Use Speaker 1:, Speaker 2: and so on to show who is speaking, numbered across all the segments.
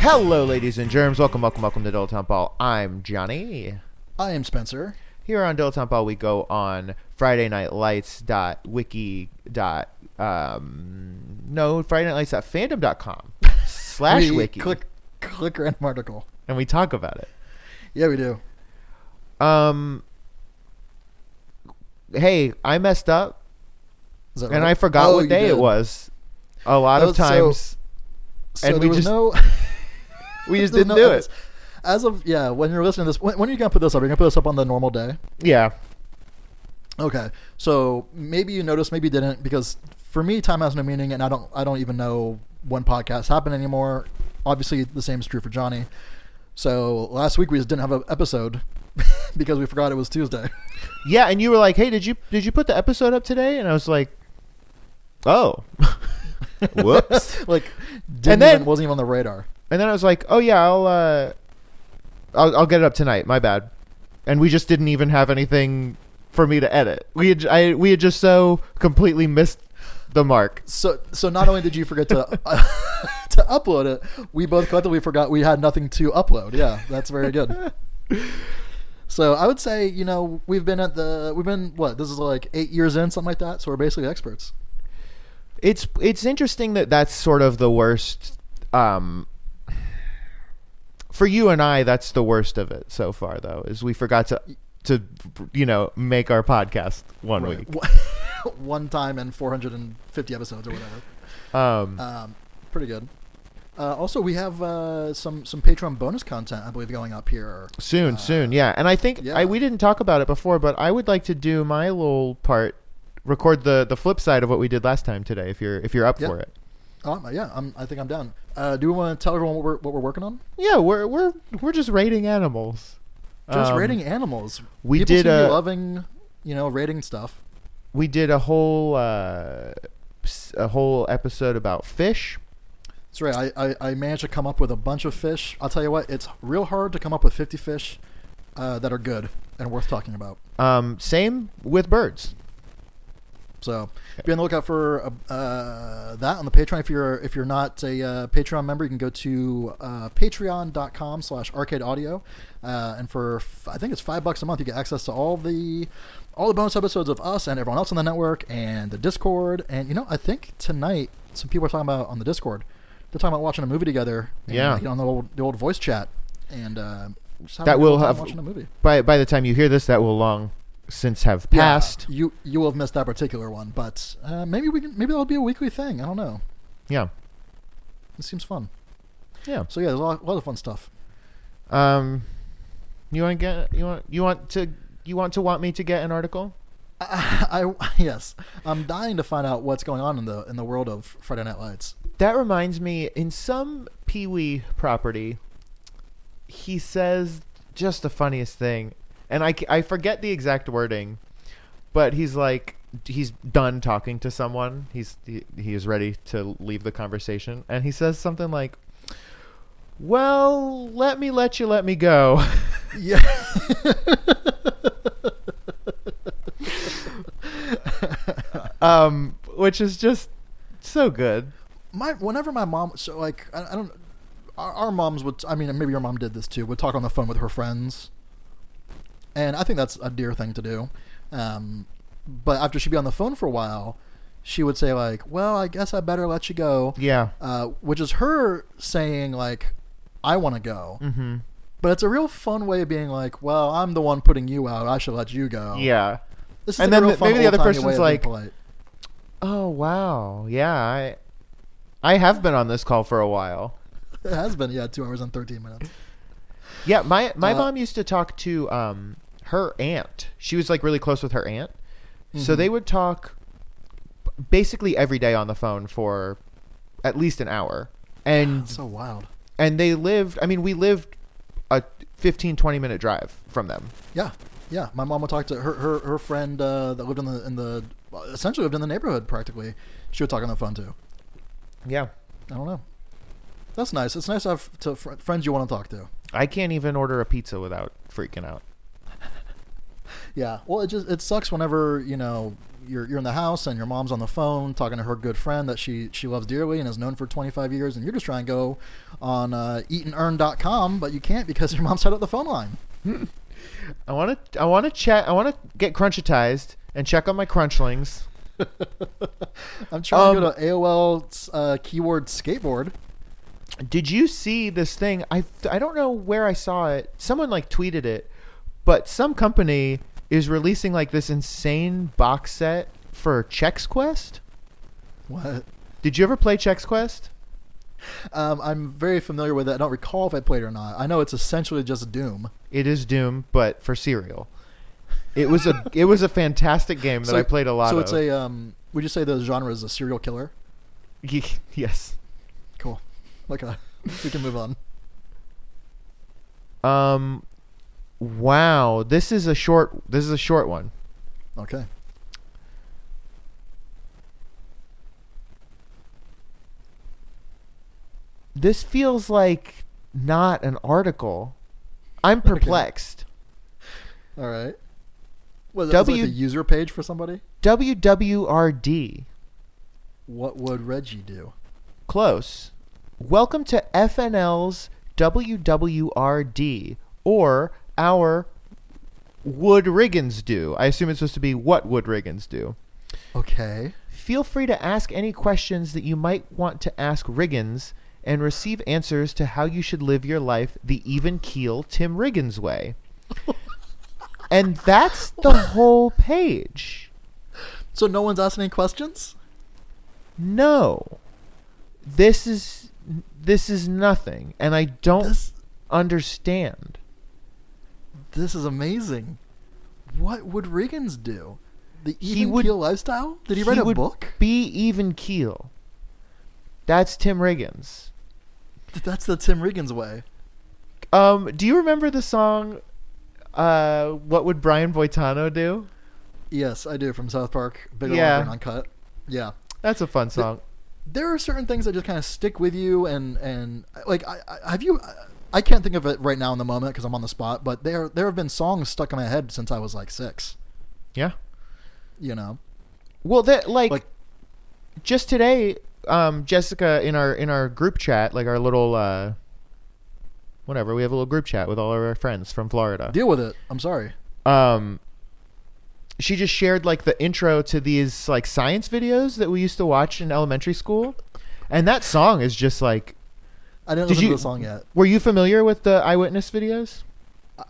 Speaker 1: Hello, ladies and germs. Welcome, welcome, welcome to Dilettante Ball. I'm Johnny.
Speaker 2: I am Spencer.
Speaker 1: Here on Dilettante Ball, we go on Friday Night Lights dot wiki dot um no Friday Night Lights dot fandom dot com slash
Speaker 2: we
Speaker 1: wiki
Speaker 2: Click, click random article.
Speaker 1: and we talk about it.
Speaker 2: Yeah, we do.
Speaker 1: Um. Hey, I messed up
Speaker 2: Is that
Speaker 1: and
Speaker 2: right?
Speaker 1: I forgot
Speaker 2: Oh,
Speaker 1: what
Speaker 2: you
Speaker 1: day it
Speaker 2: did.
Speaker 1: was. A lot
Speaker 2: Oh,
Speaker 1: of
Speaker 2: so-
Speaker 1: times
Speaker 2: So
Speaker 1: and
Speaker 2: there
Speaker 1: we
Speaker 2: was
Speaker 1: just-
Speaker 2: no.
Speaker 1: we just
Speaker 2: there's
Speaker 1: didn't
Speaker 2: no
Speaker 1: do it.
Speaker 2: episode. As of yeah, when you're listening to this, when, when are you gonna put this up? You're gonna put this up on the normal day.
Speaker 1: Yeah.
Speaker 2: Okay, so maybe you noticed, maybe you didn't, because for me, time has no meaning, and I don't, I don't even know when podcasts happen anymore. Obviously, the same is true for Johnny. So last week we just didn't have an episode because we forgot it was Tuesday.
Speaker 1: Yeah, and you were like, "Hey, did you did you put the episode up today?" And I was like, "Oh, whoops!"
Speaker 2: like, didn't
Speaker 1: then-
Speaker 2: even, wasn't even on the radar.
Speaker 1: And then I was like, "Oh yeah, I'll uh, I'll, I'll get it up tonight. My bad." And we just didn't even have anything for me to edit. We had, I we had just so completely missed the mark.
Speaker 2: So, so not only did you forget to uh, to upload it, we both collectively forgot we had nothing to upload. Yeah, that's very good. So I would say, you know, we've been at the we've been what this is like eight years in, something like that. So we're basically experts.
Speaker 1: It's it's interesting that that's sort of the worst. Um, for you and I, that's the worst of it so far, though, is we forgot to to you know make our podcast one week.
Speaker 2: One time in 450 episodes or whatever.
Speaker 1: Um,
Speaker 2: Um, pretty good. Uh, also, we have uh, some some Patreon bonus content, I believe, going up here.
Speaker 1: soon,
Speaker 2: uh,
Speaker 1: soon, yeah. And I think I,
Speaker 2: yeah.
Speaker 1: we didn't talk about it before, but I would like to do my little part, record the the flip side of what we did last time today. If you're if you're up
Speaker 2: Yeah.
Speaker 1: for it,
Speaker 2: Um, yeah, I'm, I think I'm down. Uh, do we want to tell everyone what we're what we're working on?
Speaker 1: yeah, we're we're we're just rating animals.
Speaker 2: Just
Speaker 1: Um,
Speaker 2: rating animals.
Speaker 1: we
Speaker 2: People
Speaker 1: did
Speaker 2: seem to be
Speaker 1: a-
Speaker 2: loving, you know, rating stuff.
Speaker 1: We did a whole uh, s- a whole episode about fish.
Speaker 2: That's right. I, I, I managed to come up with a bunch of fish. I'll tell you what, it's real hard to come up with 50 fish uh, that are good and worth talking about.
Speaker 1: Um, same with birds.
Speaker 2: So be on the lookout for uh, uh, that on the Patreon. If you're if you're not a uh, Patreon member, you can go to uh, patreon.com slash arcade audio. Uh, and for, f- I think it's five bucks a month, you get access to all the all the bonus episodes of us and everyone else on the network and the Discord. And, you know, I think tonight some people are talking about on the Discord. They're talking about watching a movie together. and,
Speaker 1: Yeah.
Speaker 2: like, You know, on the old, the old voice chat. And uh, just having
Speaker 1: That
Speaker 2: a good
Speaker 1: will
Speaker 2: old time
Speaker 1: have-
Speaker 2: watching a movie.
Speaker 1: By by the time you hear this, that will long since have passed.
Speaker 2: Yeah, you you will have missed that particular one, but uh, maybe we can maybe that'll be a weekly thing. I don't know.
Speaker 1: Yeah.
Speaker 2: It seems fun.
Speaker 1: Yeah.
Speaker 2: So yeah, there's a lot, lot of fun stuff.
Speaker 1: Um, you want to get you want you want to you want to want me to get an article?
Speaker 2: I, I yes, I'm dying to find out what's going on in the in the world of Friday Night Lights.
Speaker 1: That reminds me, in some Pee Wee property, he says just the funniest thing, and I c- I forget the exact wording, but he's like he's done talking to someone. He's he, he is ready to leave the conversation, and he says something like. Well, let me let you let me go.
Speaker 2: Yeah.
Speaker 1: um, which is just so good.
Speaker 2: my whenever my mom so like I, I don't our, our moms would I mean maybe your mom did this too would talk on the phone with her friends, and I think that's a dear thing to do, um, but after she'd be on the phone for a while, she would say like, well I guess I better let you go,
Speaker 1: Yeah.
Speaker 2: uh, which is her saying like, I want to go,
Speaker 1: Mm-hmm.
Speaker 2: but it's a real fun way of being like, well I'm the one putting you out I should let you go,
Speaker 1: Yeah.
Speaker 2: This is
Speaker 1: And
Speaker 2: like
Speaker 1: then
Speaker 2: a real
Speaker 1: the-
Speaker 2: fun
Speaker 1: maybe the other
Speaker 2: old-timey
Speaker 1: person's
Speaker 2: way of being
Speaker 1: like-
Speaker 2: polite.
Speaker 1: Oh wow. Yeah. I I have been on this call for a while.
Speaker 2: it has been yeah two hours and thirteen minutes.
Speaker 1: Yeah. My my
Speaker 2: Uh,
Speaker 1: mom used to talk to um her aunt. She was like really close with her aunt.
Speaker 2: Mm-hmm.
Speaker 1: So they would talk basically every day on the phone for at least an hour. And
Speaker 2: So wild.
Speaker 1: and they lived, I mean, we lived a 15 20 minute drive from them.
Speaker 2: Yeah, yeah. My mom would talk to her her, her friend uh, that lived in the in the essentially lived in the neighborhood practically. She would talk on the phone too.
Speaker 1: Yeah.
Speaker 2: I don't know. That's nice. It's nice to have to fr- friends you want to talk to.
Speaker 1: I can't even order a pizza without freaking out.
Speaker 2: Yeah. Well, it just it sucks whenever you know you're you're in the house and your mom's on the phone talking to her good friend that she she loves dearly and has known for 25 years, and you're just trying to go on uh, eatandearn.com, but you can't because your mom set up the phone line.
Speaker 1: I want to I want to chat I want to get crunchitized and check on my crunchlings.
Speaker 2: I'm trying to
Speaker 1: Um,
Speaker 2: go to AOL uh, keyword skateboard.
Speaker 1: Did you see this thing? I I don't know where I saw it. Someone like tweeted it, but some company is releasing like this insane box set for Chex Quest.
Speaker 2: What?
Speaker 1: Did you ever play Chex Quest?
Speaker 2: Um, I'm very familiar with it. I don't recall if I played it or not. I know it's essentially just Doom.
Speaker 1: It is Doom, but for cereal. It was a it was a fantastic game that I played a lot
Speaker 2: So
Speaker 1: of.
Speaker 2: it's a um, would you say the genre is a serial killer?
Speaker 1: Ye- yes.
Speaker 2: Cool. Okay, we can move on.
Speaker 1: Um, wow. This is a short. This is a short one.
Speaker 2: Okay.
Speaker 1: This feels like not an article. I'm perplexed.
Speaker 2: All right. Was that was like
Speaker 1: W-
Speaker 2: the user page for somebody?
Speaker 1: WWRD.
Speaker 2: What would Reggie do?
Speaker 1: Close. Welcome to FNL's WWRD, or our Would Riggins Do. I assume it's supposed to be What Would Riggins Do.
Speaker 2: Okay.
Speaker 1: Feel free to ask any questions that you might want to ask Riggins and receive answers to how you should live your life the even keel Tim Riggins way. and that's the whole page.
Speaker 2: So no one's asking any questions.
Speaker 1: No. This is this is nothing and I don't
Speaker 2: This
Speaker 1: understand.
Speaker 2: this is amazing. What would Riggins do? The
Speaker 1: He
Speaker 2: even
Speaker 1: would-
Speaker 2: keel lifestyle? Did he write a
Speaker 1: would
Speaker 2: book?
Speaker 1: Be even keel. That's Tim Riggins.
Speaker 2: Th- That's the Tim Riggins way.
Speaker 1: Um, do you remember the song uh, what would Brian Boitano do?
Speaker 2: Yes, I do from South Park. Big
Speaker 1: Yeah.
Speaker 2: yeah. uncut. Yeah.
Speaker 1: That's a fun song.
Speaker 2: there are certain things that just kind of stick with you and and like I, I have you I can't think of it right now in the moment because I'm on the spot but there there have been songs stuck in my head since I was like six
Speaker 1: Yeah.
Speaker 2: you know
Speaker 1: Well, that like,
Speaker 2: Like-
Speaker 1: just today, um, Jessica in our in our group chat, like our little uh, whatever, we have a little group chat with all of our friends from Florida.
Speaker 2: deal with it I'm sorry
Speaker 1: Um, she just shared like the intro to these like science videos that we used to watch in elementary school, and that song is just like.
Speaker 2: I didn't
Speaker 1: Did
Speaker 2: listen
Speaker 1: you-
Speaker 2: to the song yet
Speaker 1: Were you familiar with the eyewitness videos?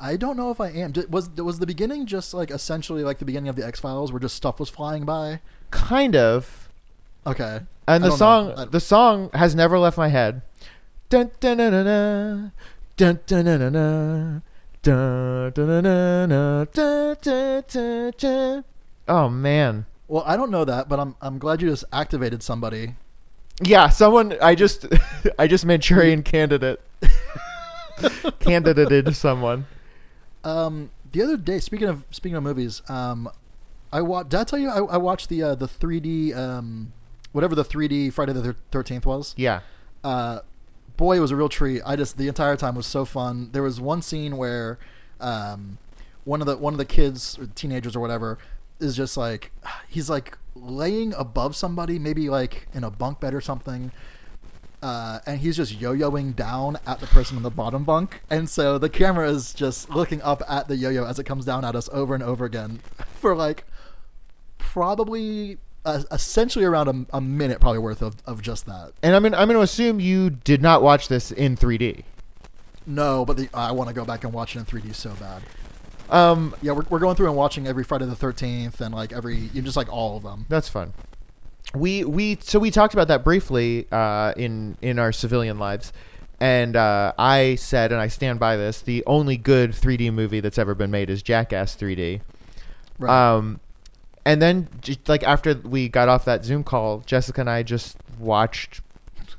Speaker 2: I don't know if I am Did, was was the beginning just like essentially like the beginning of the X Files where just stuff was flying by
Speaker 1: Kind of.
Speaker 2: okay
Speaker 1: And
Speaker 2: I
Speaker 1: the
Speaker 2: don't
Speaker 1: song,
Speaker 2: know. I-
Speaker 1: the song has never left my head. Dun dun dun dun dun dun dun dun dun dun dun dun dun dun dun dun dun dun dun. Oh man,
Speaker 2: well I don't know that but I'm I'm glad you just activated somebody
Speaker 1: yeah. Someone, I just, I just Manchurian candidate, candidated someone.
Speaker 2: Um, the other day, speaking of speaking of movies, um, I wa- did I tell you I, I watched the uh, the 3D um, whatever the 3D Friday the Thirteenth was.
Speaker 1: Yeah.
Speaker 2: Uh, boy, it was a real treat. I just the entire time was so fun. There was one scene where um, one of the one of the kids or teenagers or whatever is just like he's like laying above somebody, maybe like in a bunk bed or something. Uh, and he's just yo-yoing down at the person in the bottom bunk, and so the camera is just looking up at the yo-yo as it comes down at us over and over again for like probably uh, essentially around a, a minute, probably worth of, of just that.
Speaker 1: And I'm gonna, I'm gonna assume you did not watch this in 3D.
Speaker 2: No, but the, I want to go back and watch it in 3D so bad.
Speaker 1: Um,
Speaker 2: Yeah, we're, we're going through and watching every Friday the 13th and like every, you just like all of them.
Speaker 1: That's fun. We we so we talked about that briefly uh, in in our civilian lives, And uh, I said, and I stand by this: the only good 3D movie that's ever been made is Jackass 3D.
Speaker 2: Right.
Speaker 1: Um, and then just like after we got off that Zoom call, Jessica and I just watched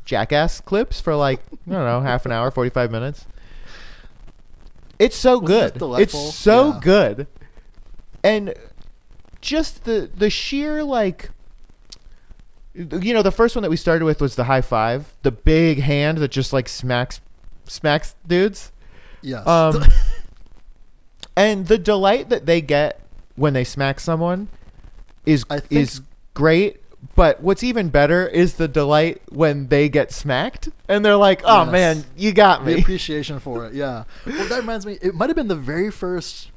Speaker 1: Jackass clips for like I don't know half an hour, forty five minutes. It's so
Speaker 2: Wasn't that
Speaker 1: good.
Speaker 2: delightful?
Speaker 1: It's so
Speaker 2: Yeah.
Speaker 1: good, and just the the sheer like. You know, the first one that we started with was the high five, the big hand that just like smacks, smacks dudes.
Speaker 2: yes.
Speaker 1: Um, and the delight that they get when they smack someone is
Speaker 2: I think-
Speaker 1: is great. But what's even better is the delight when they get smacked and they're like, "Oh
Speaker 2: Yes.
Speaker 1: man, you got
Speaker 2: the
Speaker 1: me."
Speaker 2: appreciation for it. Yeah. Well, that reminds me. It might have been the very first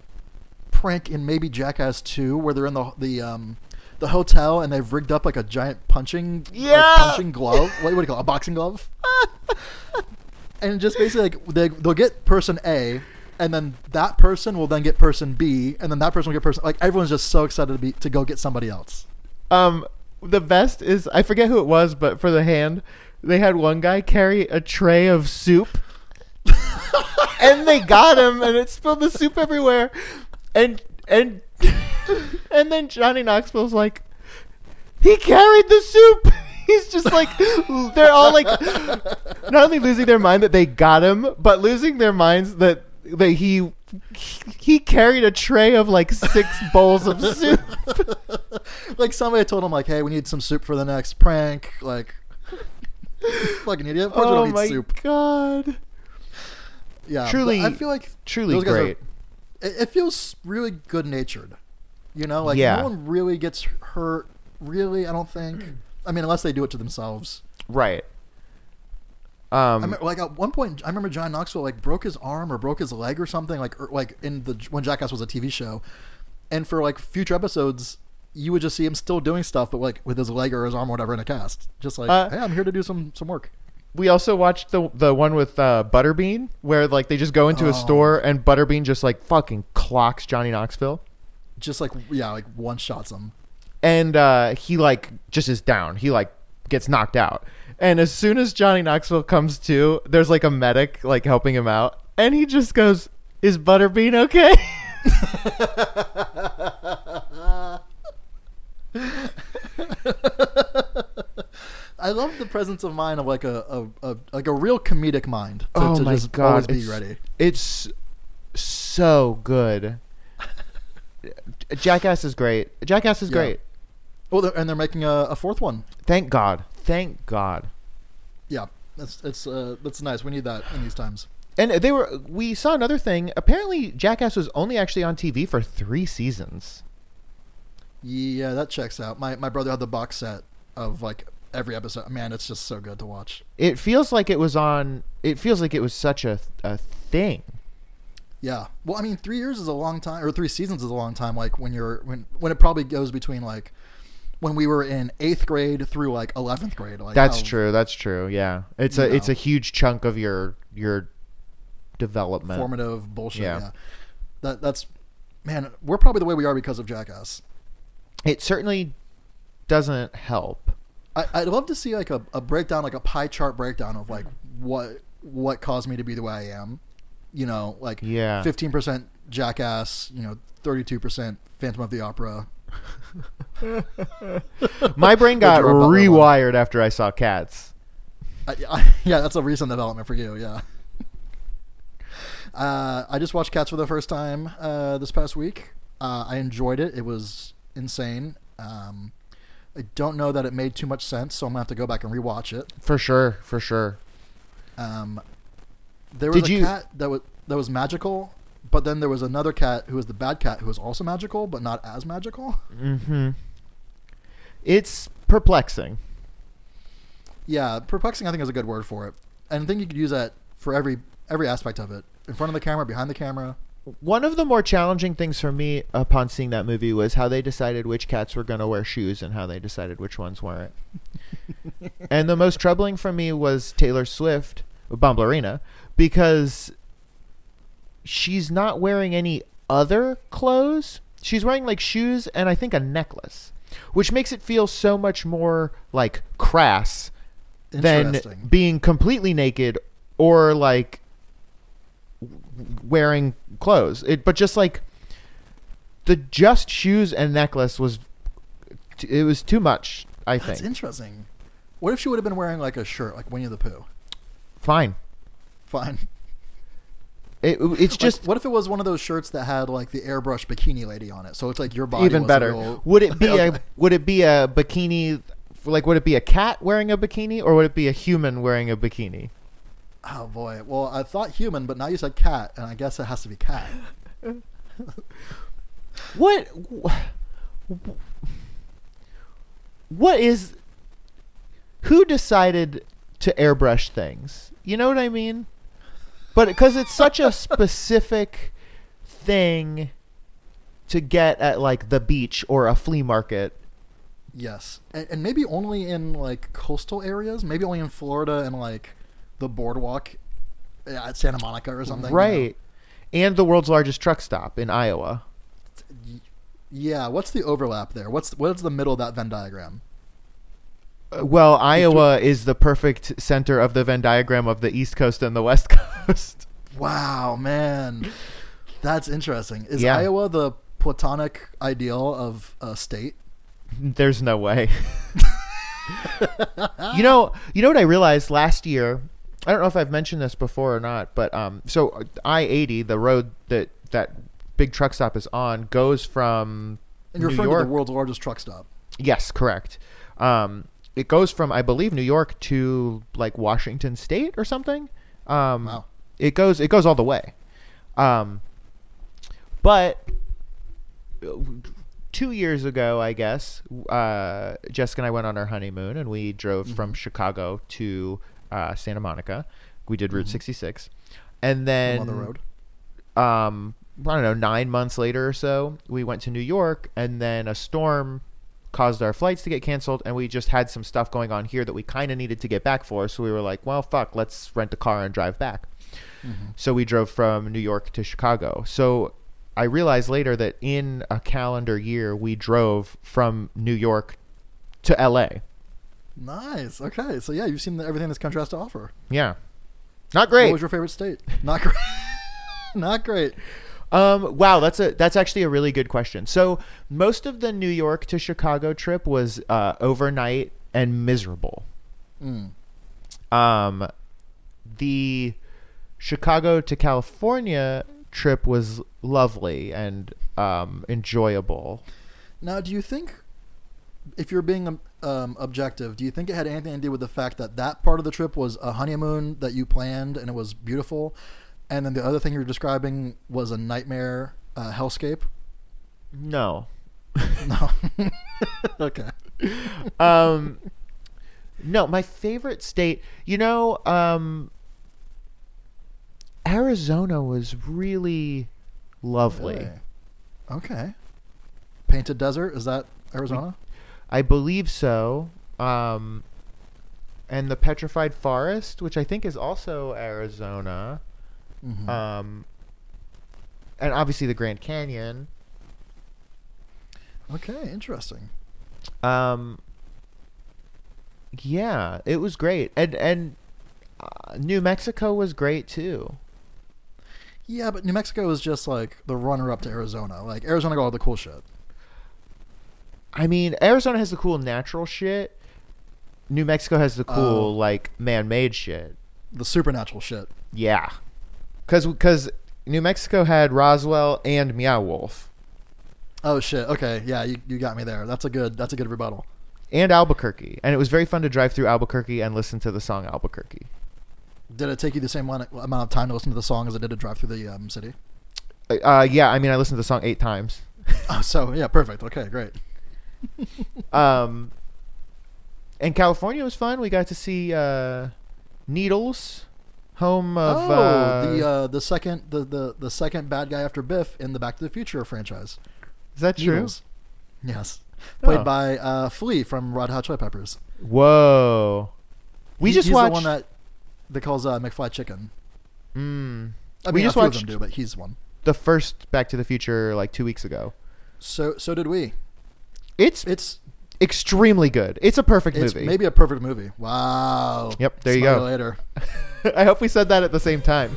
Speaker 2: prank in maybe Jackass Two, where they're in the the um the hotel and they've rigged up like a giant punching like,
Speaker 1: Yeah.
Speaker 2: punching glove. What, what do you call it? a boxing glove? and just basically like they they'll get person A. And then that person will then get person B, and then that person will get person. Like everyone's just so excited to be to go get somebody else.
Speaker 1: Um, the best is I forget who it was, but for the hand, they had one guy carry a tray of soup, and they got him, and it spilled the soup everywhere, and and and then Johnny Knoxville's like, he carried the soup. He's just like they're all like not only losing their mind that they got him, but losing their minds that that he he carried a tray of like six bowls of soup.
Speaker 2: like somebody told him like, "Hey, we need some soup for the next prank." Like, fucking idiot. Of course we
Speaker 1: oh
Speaker 2: don't
Speaker 1: my
Speaker 2: need soup.
Speaker 1: god!
Speaker 2: Yeah, but
Speaker 1: Truly-
Speaker 2: I feel like
Speaker 1: Truly
Speaker 2: Those guys are-
Speaker 1: great.
Speaker 2: it, it feels really good natured. You know, like
Speaker 1: Yeah.
Speaker 2: no one really gets hurt. Really, I don't think. I mean, unless they do it to themselves.
Speaker 1: right.
Speaker 2: I
Speaker 1: Um.
Speaker 2: mean, like at one point, I remember John Knoxville like broke his arm or broke his leg or something. Like, or, like in the when Jackass was a TV show, and for like future episodes, you would just see him still doing stuff, but like with his leg or his arm or whatever in a cast. Just like,
Speaker 1: Uh,
Speaker 2: hey, I'm here to do some some work.
Speaker 1: We also watched the the one with uh, Butterbean, where like they just go into
Speaker 2: Oh.
Speaker 1: a store and Butterbean just like fucking clocks Johnny Knoxville,
Speaker 2: Just like yeah, like one shots him.
Speaker 1: and uh, he like just is down. He like gets knocked out, and as soon as Johnny Knoxville comes to, there's like a medic like helping him out, and he just goes, "Is Butterbean okay?"
Speaker 2: I love the presence of mind of like a, a, a like a real comedic mind to,
Speaker 1: oh
Speaker 2: to
Speaker 1: my
Speaker 2: just
Speaker 1: god!
Speaker 2: always be
Speaker 1: it's-
Speaker 2: ready.
Speaker 1: It's so good. Jackass is great. Jackass is
Speaker 2: Yeah.
Speaker 1: great.
Speaker 2: Well, Oh, they're, and they're making a, a fourth one.
Speaker 1: Thank God. Thank God.
Speaker 2: Yeah, that's it's uh, that's nice. We need that in these times.
Speaker 1: And they were. We saw another thing. Apparently, Jackass was only actually on TV for three seasons.
Speaker 2: Yeah, that checks out. My my brother had the box set of like every episode. Man, it's just so good to watch.
Speaker 1: It feels like it was on. It feels like it was such a a thing.
Speaker 2: Yeah. Well, I mean, three years is a long time, or three seasons is a long time. Like when you're when when it probably goes between like when we were in eighth grade through like eleventh grade. Like oh.
Speaker 1: That's
Speaker 2: how-
Speaker 1: true. That's true. Yeah. It's
Speaker 2: You
Speaker 1: a
Speaker 2: know.
Speaker 1: it's a huge chunk of your your development.
Speaker 2: formative bullshit. Yeah.
Speaker 1: Yeah.
Speaker 2: That that's man, we're probably the way we are because of Jackass.
Speaker 1: It certainly doesn't help.
Speaker 2: I, I'd love to see like a, a breakdown, like a pie chart breakdown of like what what caused me to be the way I am. You know, like
Speaker 1: Yeah.
Speaker 2: fifteen percent Jackass, you know, thirty two percent Phantom of the Opera.
Speaker 1: My brain got
Speaker 2: Gerard Butler one.
Speaker 1: rewired after I saw Cats.
Speaker 2: I, I, yeah, that's a recent development for you. Yeah. Uh, I just watched Cats for the first time uh, this past week. Uh, I enjoyed it. It was insane. Um, I don't know that it made too much sense, so I'm gonna have to go back and rewatch it.
Speaker 1: For sure, for sure.
Speaker 2: Um, there was
Speaker 1: Did
Speaker 2: a
Speaker 1: you-
Speaker 2: cat that was that was magical, but then there was another cat who was the bad cat who was also magical, but not as magical.
Speaker 1: Mm-hmm. It's perplexing.
Speaker 2: Yeah, perplexing. I think is a good word for it, and I think you could use that for every every aspect of it, in front of the camera, behind the camera.
Speaker 1: One of the more challenging things for me upon seeing that movie was how they decided which cats were going to wear shoes and how they decided which ones weren't. and the most troubling for me was Taylor Swift, Bomblerina, because she's not wearing any other clothes. She's wearing like shoes and I think a necklace, which makes it feel so much more like crass than
Speaker 2: Interesting.
Speaker 1: being completely naked or like w- wearing clothes. It, but just like the just shoes and necklace was, t- it was too much. I
Speaker 2: That's
Speaker 1: think
Speaker 2: interesting. What if she would have been wearing like a shirt, like Winnie the Pooh?
Speaker 1: fine.
Speaker 2: Fine.
Speaker 1: It, it's
Speaker 2: Like,
Speaker 1: just
Speaker 2: what if it was one of those shirts that had like the airbrush bikini lady on it? So it's like your body.
Speaker 1: even
Speaker 2: was a
Speaker 1: better.
Speaker 2: real-
Speaker 1: Would it be a
Speaker 2: Okay.
Speaker 1: would it be a bikini? Like, would it be a cat wearing a bikini, or would it be a human wearing a bikini?
Speaker 2: Oh boy. Well, I thought human, but now you said cat, and I guess it has to be cat.
Speaker 1: What? What is? Who decided to airbrush things? You know what I mean? But because it's such a specific thing to get at, like the beach or a flea market.
Speaker 2: Yes, and, and maybe only in like coastal areas. Maybe only in Florida and like the boardwalk at Santa Monica or something. you know?
Speaker 1: right. And the world's largest truck stop in Iowa.
Speaker 2: Yeah. What's the overlap there? What's what's the middle of that Venn diagram?
Speaker 1: Uh, Well, Iowa is the perfect center of the Venn diagram of the East Coast and the West Coast.
Speaker 2: Wow, man, that's interesting. Is
Speaker 1: Yeah.
Speaker 2: Iowa the platonic ideal of a state?
Speaker 1: There's no way. you know, you know what I realized last year. I don't know if I've mentioned this before or not, but um, so I eighty, the road that that big truck stop is on, goes from
Speaker 2: And you're
Speaker 1: New
Speaker 2: referring
Speaker 1: York.
Speaker 2: to the world's largest truck stop.
Speaker 1: Yes, correct. Um, it goes from I believe New York to like Washington State or something. Um,
Speaker 2: Wow.
Speaker 1: It goes it goes all the way, um, but uh, two years ago, I guess uh, Jessica and I went on our honeymoon and we drove from Chicago to uh, Santa Monica. We did Route sixty six, and then
Speaker 2: on the road.
Speaker 1: um, I don't know, nine months later or so, we went to New York, and then a storm caused our flights to get canceled, and we just had some stuff going on here that we kind of needed to get back for. So we were like, well, fuck, let's rent a car and drive back.
Speaker 2: Mm-hmm.
Speaker 1: So we drove from New York to Chicago. So I realized later that in a calendar year, we drove from New York to LA.
Speaker 2: Nice. Okay. So yeah, you've seen the, everything this country has to offer.
Speaker 1: Yeah. Not
Speaker 2: What
Speaker 1: great.
Speaker 2: was your favorite state? Not great. Not great.
Speaker 1: Um, wow, that's a that's actually a really good question. So most of the New York to Chicago trip was uh, overnight and miserable.
Speaker 2: Mm.
Speaker 1: Um, the Chicago to California trip was lovely and um, enjoyable.
Speaker 2: Now, do you think, if you're being um, um, objective, do you think it had anything to do with the fact that that part of the trip was a honeymoon that you planned and it was beautiful, and then the other thing you were describing was a nightmare uh, hellscape?
Speaker 1: No,
Speaker 2: No. okay.
Speaker 1: um, no, my favorite state, you know, um, Arizona was really lovely.
Speaker 2: Really? Okay. Painted Desert is that Arizona?
Speaker 1: I believe so. Um, and the Petrified Forest, which I think is also Arizona.
Speaker 2: Mm-hmm.
Speaker 1: Um, and obviously the Grand Canyon.
Speaker 2: okay, interesting.
Speaker 1: Um, yeah, it was great, and and uh, New Mexico was great too.
Speaker 2: Yeah, but New Mexico is just like the runner-up to Arizona. Like Arizona got all the cool shit.
Speaker 1: I mean, Arizona has the cool natural shit. New Mexico has the cool
Speaker 2: Oh.
Speaker 1: like man-made shit.
Speaker 2: the supernatural shit.
Speaker 1: Yeah, because because New Mexico had Roswell and Meow Wolf.
Speaker 2: Oh shit. Okay. Yeah, you, you got me there. That's a good that's a good rebuttal.
Speaker 1: and Albuquerque, and it was very fun to drive through Albuquerque and listen to the song Albuquerque.
Speaker 2: Did it take you the same amount of- amount of time to listen to the song as it did to drive through the um, city?
Speaker 1: Uh, Uh, yeah, I mean, I listened to the song eight times.
Speaker 2: Oh, so yeah, perfect. Okay, great.
Speaker 1: Um, and California was fun. We got to see uh, Needles, home of
Speaker 2: oh,
Speaker 1: uh,
Speaker 2: the uh, the second the, the the second bad guy after Biff in the Back to the Future franchise.
Speaker 1: is that true?
Speaker 2: Needles. Yes. Played
Speaker 1: Oh.
Speaker 2: by uh, Flea from Red Hot Chili Peppers.
Speaker 1: Whoa, we
Speaker 2: He-
Speaker 1: just
Speaker 2: he's
Speaker 1: watched.
Speaker 2: the one that that calls uh, McFly chicken.
Speaker 1: Mm,
Speaker 2: I mean,
Speaker 1: We just
Speaker 2: a few of them
Speaker 1: watched-
Speaker 2: do, but he's one.
Speaker 1: the first Back to the Future like two weeks ago.
Speaker 2: So so did we.
Speaker 1: It's
Speaker 2: It's
Speaker 1: extremely good. It's a perfect
Speaker 2: It's
Speaker 1: movie.
Speaker 2: maybe a perfect movie. Wow.
Speaker 1: Yep, there you
Speaker 2: Smile
Speaker 1: go.
Speaker 2: Later.
Speaker 1: I hope we said that at the same time.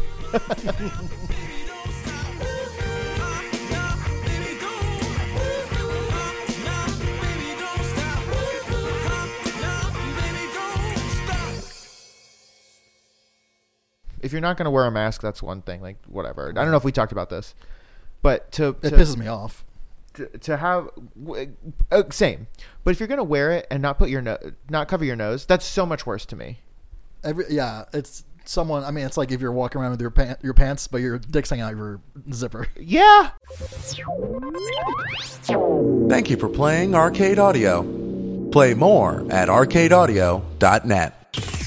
Speaker 1: If you're not going to wear a mask, that's one thing. Like whatever. I don't know if we talked about this, but to
Speaker 2: It
Speaker 1: to,
Speaker 2: pisses me off.
Speaker 1: to, to have w- uh, same. But if you're going to wear it and not put your no- not cover your nose, that's so much worse to me.
Speaker 2: Every yeah, it's someone. I mean, it's like if you're walking around with your pant, your pants, but your dick's hanging out your zipper.
Speaker 1: Yeah.
Speaker 3: Thank you for playing Arcade Audio. Play more at arcadeaudio.net.